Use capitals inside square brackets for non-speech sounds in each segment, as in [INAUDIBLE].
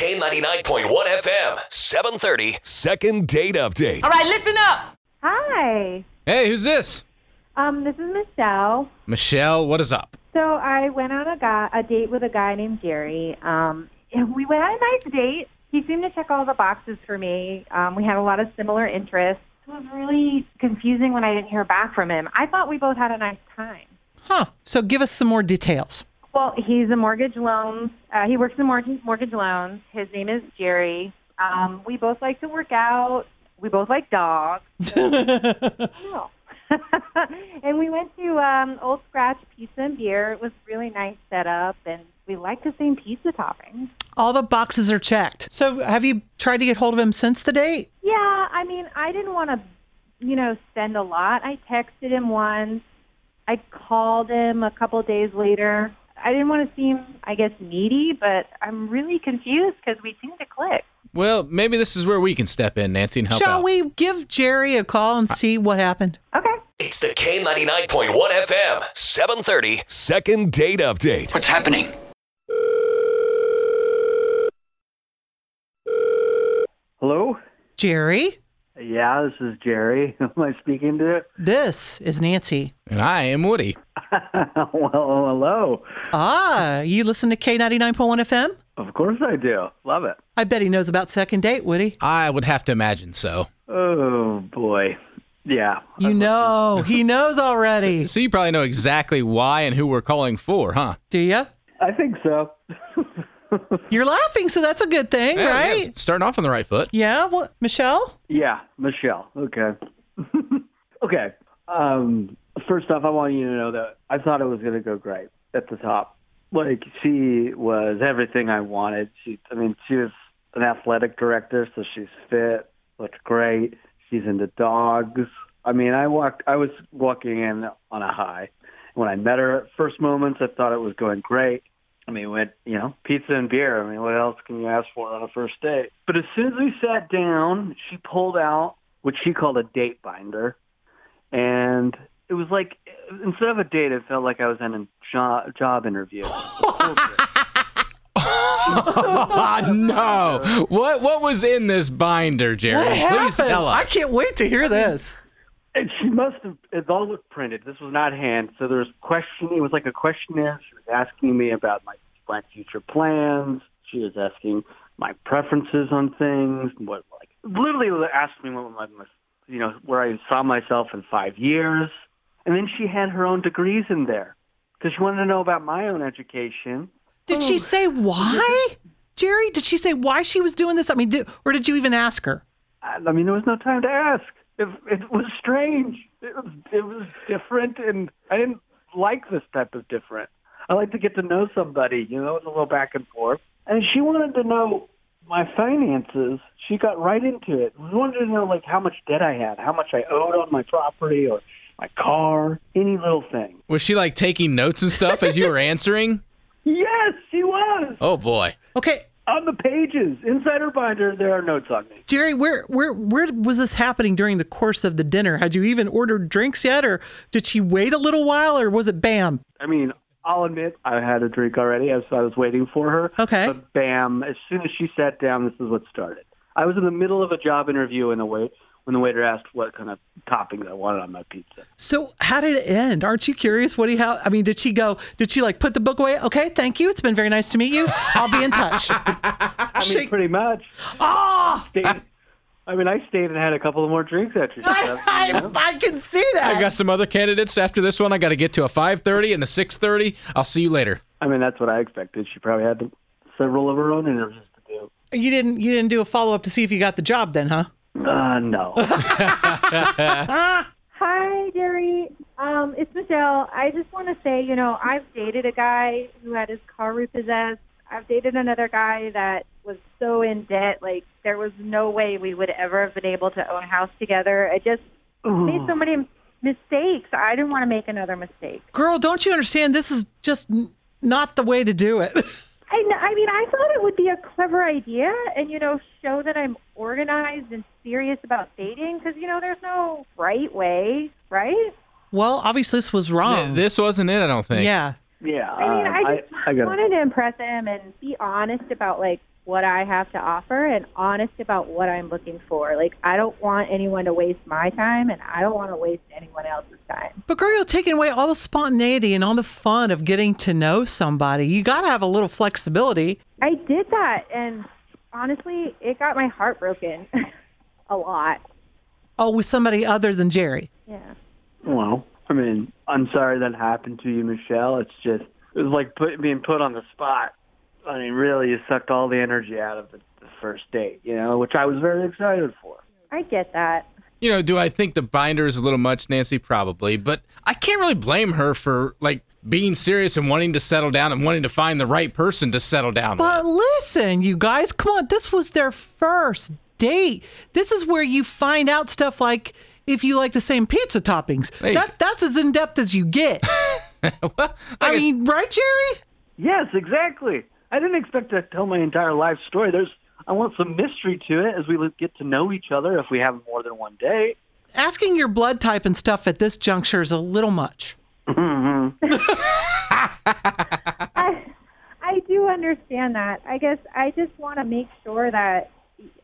K99.1 FM, 730. Second date update. All right, listen up. Hi. Hey, who's this? Um, this is Michelle. Michelle, what is up? So I went on a guy a date with a guy named Jerry. Um, and we went on a nice date. He seemed to check all the boxes for me. Um, we had a lot of similar interests. It was really confusing when I didn't hear back from him. I thought we both had a nice time. Huh. So give us some more details. Well, he's a mortgage loan. Uh, he works in mortgage mortgage loans. His name is Jerry. Um, we both like to work out. We both like dogs. No. [LAUGHS] and we went to um, Old Scratch Pizza and Beer. It was really nice setup, and we liked the same pizza toppings. [LAUGHS] All the boxes are checked. So have you tried to get hold of him since the date? Yeah, I mean, I didn't want to, you know, send a lot. I texted him once. I called him a couple days later. I didn't want to seem, I guess, needy, but I'm really confused because we seem to click. Well, maybe this is where we can step in, Nancy, and help Shall out. we give Jerry a call and see what happened? Okay. It's the K99.1 FM, 730. Second date update. What's happening? Hello? Jerry, Yeah, this is Jerry. [LAUGHS] Am I speaking to? this is Nancy. And I am Woody. well, oh, hello. Ah, you listen to K99.1 FM? Of course I do. Love it. I bet he knows about second date, Woody. I would have to imagine so. Oh, boy. Yeah. You know, he knows [LAUGHS] already. So you probably know exactly why and who we're calling for, huh? Do you? I think so. [LAUGHS] You're laughing, so that's a good thing, Yeah, yeah, right? starting off on the right [LAUGHS] foot. [LAUGHS] Yeah, well, Michelle? yeah, Michelle. Okay. [LAUGHS] okay. Um, first off, I want you to know that I thought it was going to go great at the top. Like, she was everything I wanted. She, I mean, she was an athletic director, so she's fit, looked great. She's into dogs. I mean, I walked, I was walking in on a high. When I met her at first moments, I thought it was going great. I mean, we had, you know, pizza and beer. I mean, what else can you ask for on a first date? But as soon as we sat down, she pulled out what she called a date binder. And it was like, instead of a date, it felt like I was in a job, job interview. Ah, no. What what was in this binder, Jerry? What Oh, Please happened? tell us. I can't wait to hear this. And she must have. It all was printed. This was not hand. So there was question. It was like a questionnaire. She was asking me about my my future plans. She was asking my preferences on things. What like literally asked me what my, my you know where I saw myself in five years. And then she had her own degrees in there because she wanted to know about my own education. Did Oh. she say why? Jerry, did she say why she was doing this? I mean, did, or did you even ask her? I, I mean, there was no time to ask. It, it was strange. It was, it was different, and I didn't like this type of different. I like to get to know somebody, you know, it's a little back and forth. And she wanted to know my finances. She got right into it. She wanted to know, like, how much debt I had, how much I owed on my property or my car, any little thing. Was she like taking notes and stuff as you [LAUGHS] were answering? Yes, she was Oh boy. Okay, on the pages inside her binder. There are notes on me. Jerry, where where where was this happening during the course of the dinner? Had you even ordered drinks yet, or did she wait a little while, or was it bam? I mean, I'll admit I had a drink already, as I was waiting for her. Okay. But bam! As soon as she sat down, this is what started. I was in the middle of a job interview, and the wait when the waiter asked what kind of toppings I wanted on my pizza. So how did it end? Aren't you curious, Woody? How I mean, did she go? Did she like put the book away? Okay, thank you. It's been very nice to meet you. I'll be in touch. [LAUGHS] [LAUGHS] I mean, Shake- [LAUGHS] pretty much. oh, Stayed, I mean, I stayed and had a couple of more drinks after. she I, left, you I, know? I can see I that. got some other candidates after this one. I got to get to a 5:30 and a 6:30. I'll see you later. I mean, that's what I expected. She probably had several of her own interviews to do. You didn't you didn't do a follow up to see if you got the job then, huh? [LAUGHS] Uh, no. Hi, Jerry. Um, it's Michelle. I just want to say, you know, I've dated a guy who had his car repossessed. I've dated another guy that was so in debt, like there was no way we would ever have been able to own a house together. I just made so many mistakes. I didn't want to make another mistake. Girl, don't you understand? This is just n- not the way to do it. [LAUGHS] I, kn- I mean, I thought it would be a clever idea, and you know, show that I'm organized and serious about dating, because you know, there's no right way, right? well, obviously this was wrong. This wasn't it, I don't think. yeah. yeah. Uh, I mean, um, I just I, I got wanted to impress him and be honest about like what I have to offer and honest about what I'm looking for. Like, I don't want anyone to waste my time and I don't want to waste anyone else's time. But girl, you're taking away all the spontaneity and all the fun of getting to know somebody. You got to have a little flexibility. I did that and honestly, it got my heart broken [LAUGHS] a lot. Oh, with somebody other than Jerry. Yeah. Well, I mean, I'm sorry that happened to you, Michelle. It's just it was like put, being put on the spot. I mean, really, you sucked all the energy out of the, the first date, you know, which I was very excited for. I get that. You know, do I think the binder is a little much, Nancy? Probably, but I can't really blame her for like being serious and wanting to settle down and wanting to find the right person to settle down with. [LAUGHS] But listen, you guys, come on. This was their first date. This is where you find out stuff like if you like the same pizza toppings. Hey. That that's as in depth as you get. I guess- mean, right, Jerry? Yes, exactly. I didn't expect to tell my entire life story. There's, I want some mystery to it as we get to know each other. If we have more than one date, Asking your blood type and stuff at this juncture is a little much. I, I do understand that. I guess I just want to make sure that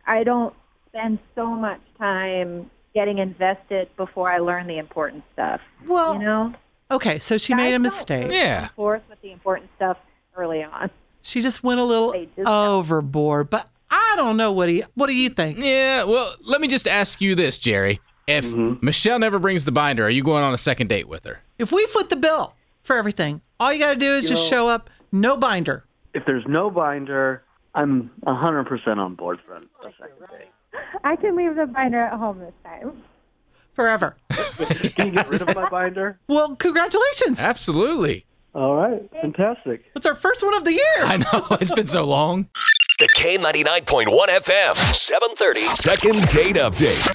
I don't spend so much time getting invested before I learn the important stuff. Well, You know? okay, so she Guys made a don't mistake. move Yeah. Forth with the important stuff early on. She just went a little They just- overboard, but I don't know what he. What do you think? Yeah, well, let me just ask you this, Jerry. If Michelle never brings the binder, are you going on a second date with her? If we foot the bill for everything, all you got to do is just show up, no binder. if there's no binder, I'm a 100% on board for a second date. I can leave the binder at home this time. Forever. Can you get rid of my binder? Well, congratulations. Absolutely. All right, fantastic. That's our first one of the year. I know [LAUGHS] it's been so long. The K99.1 FM, 730. Second date update.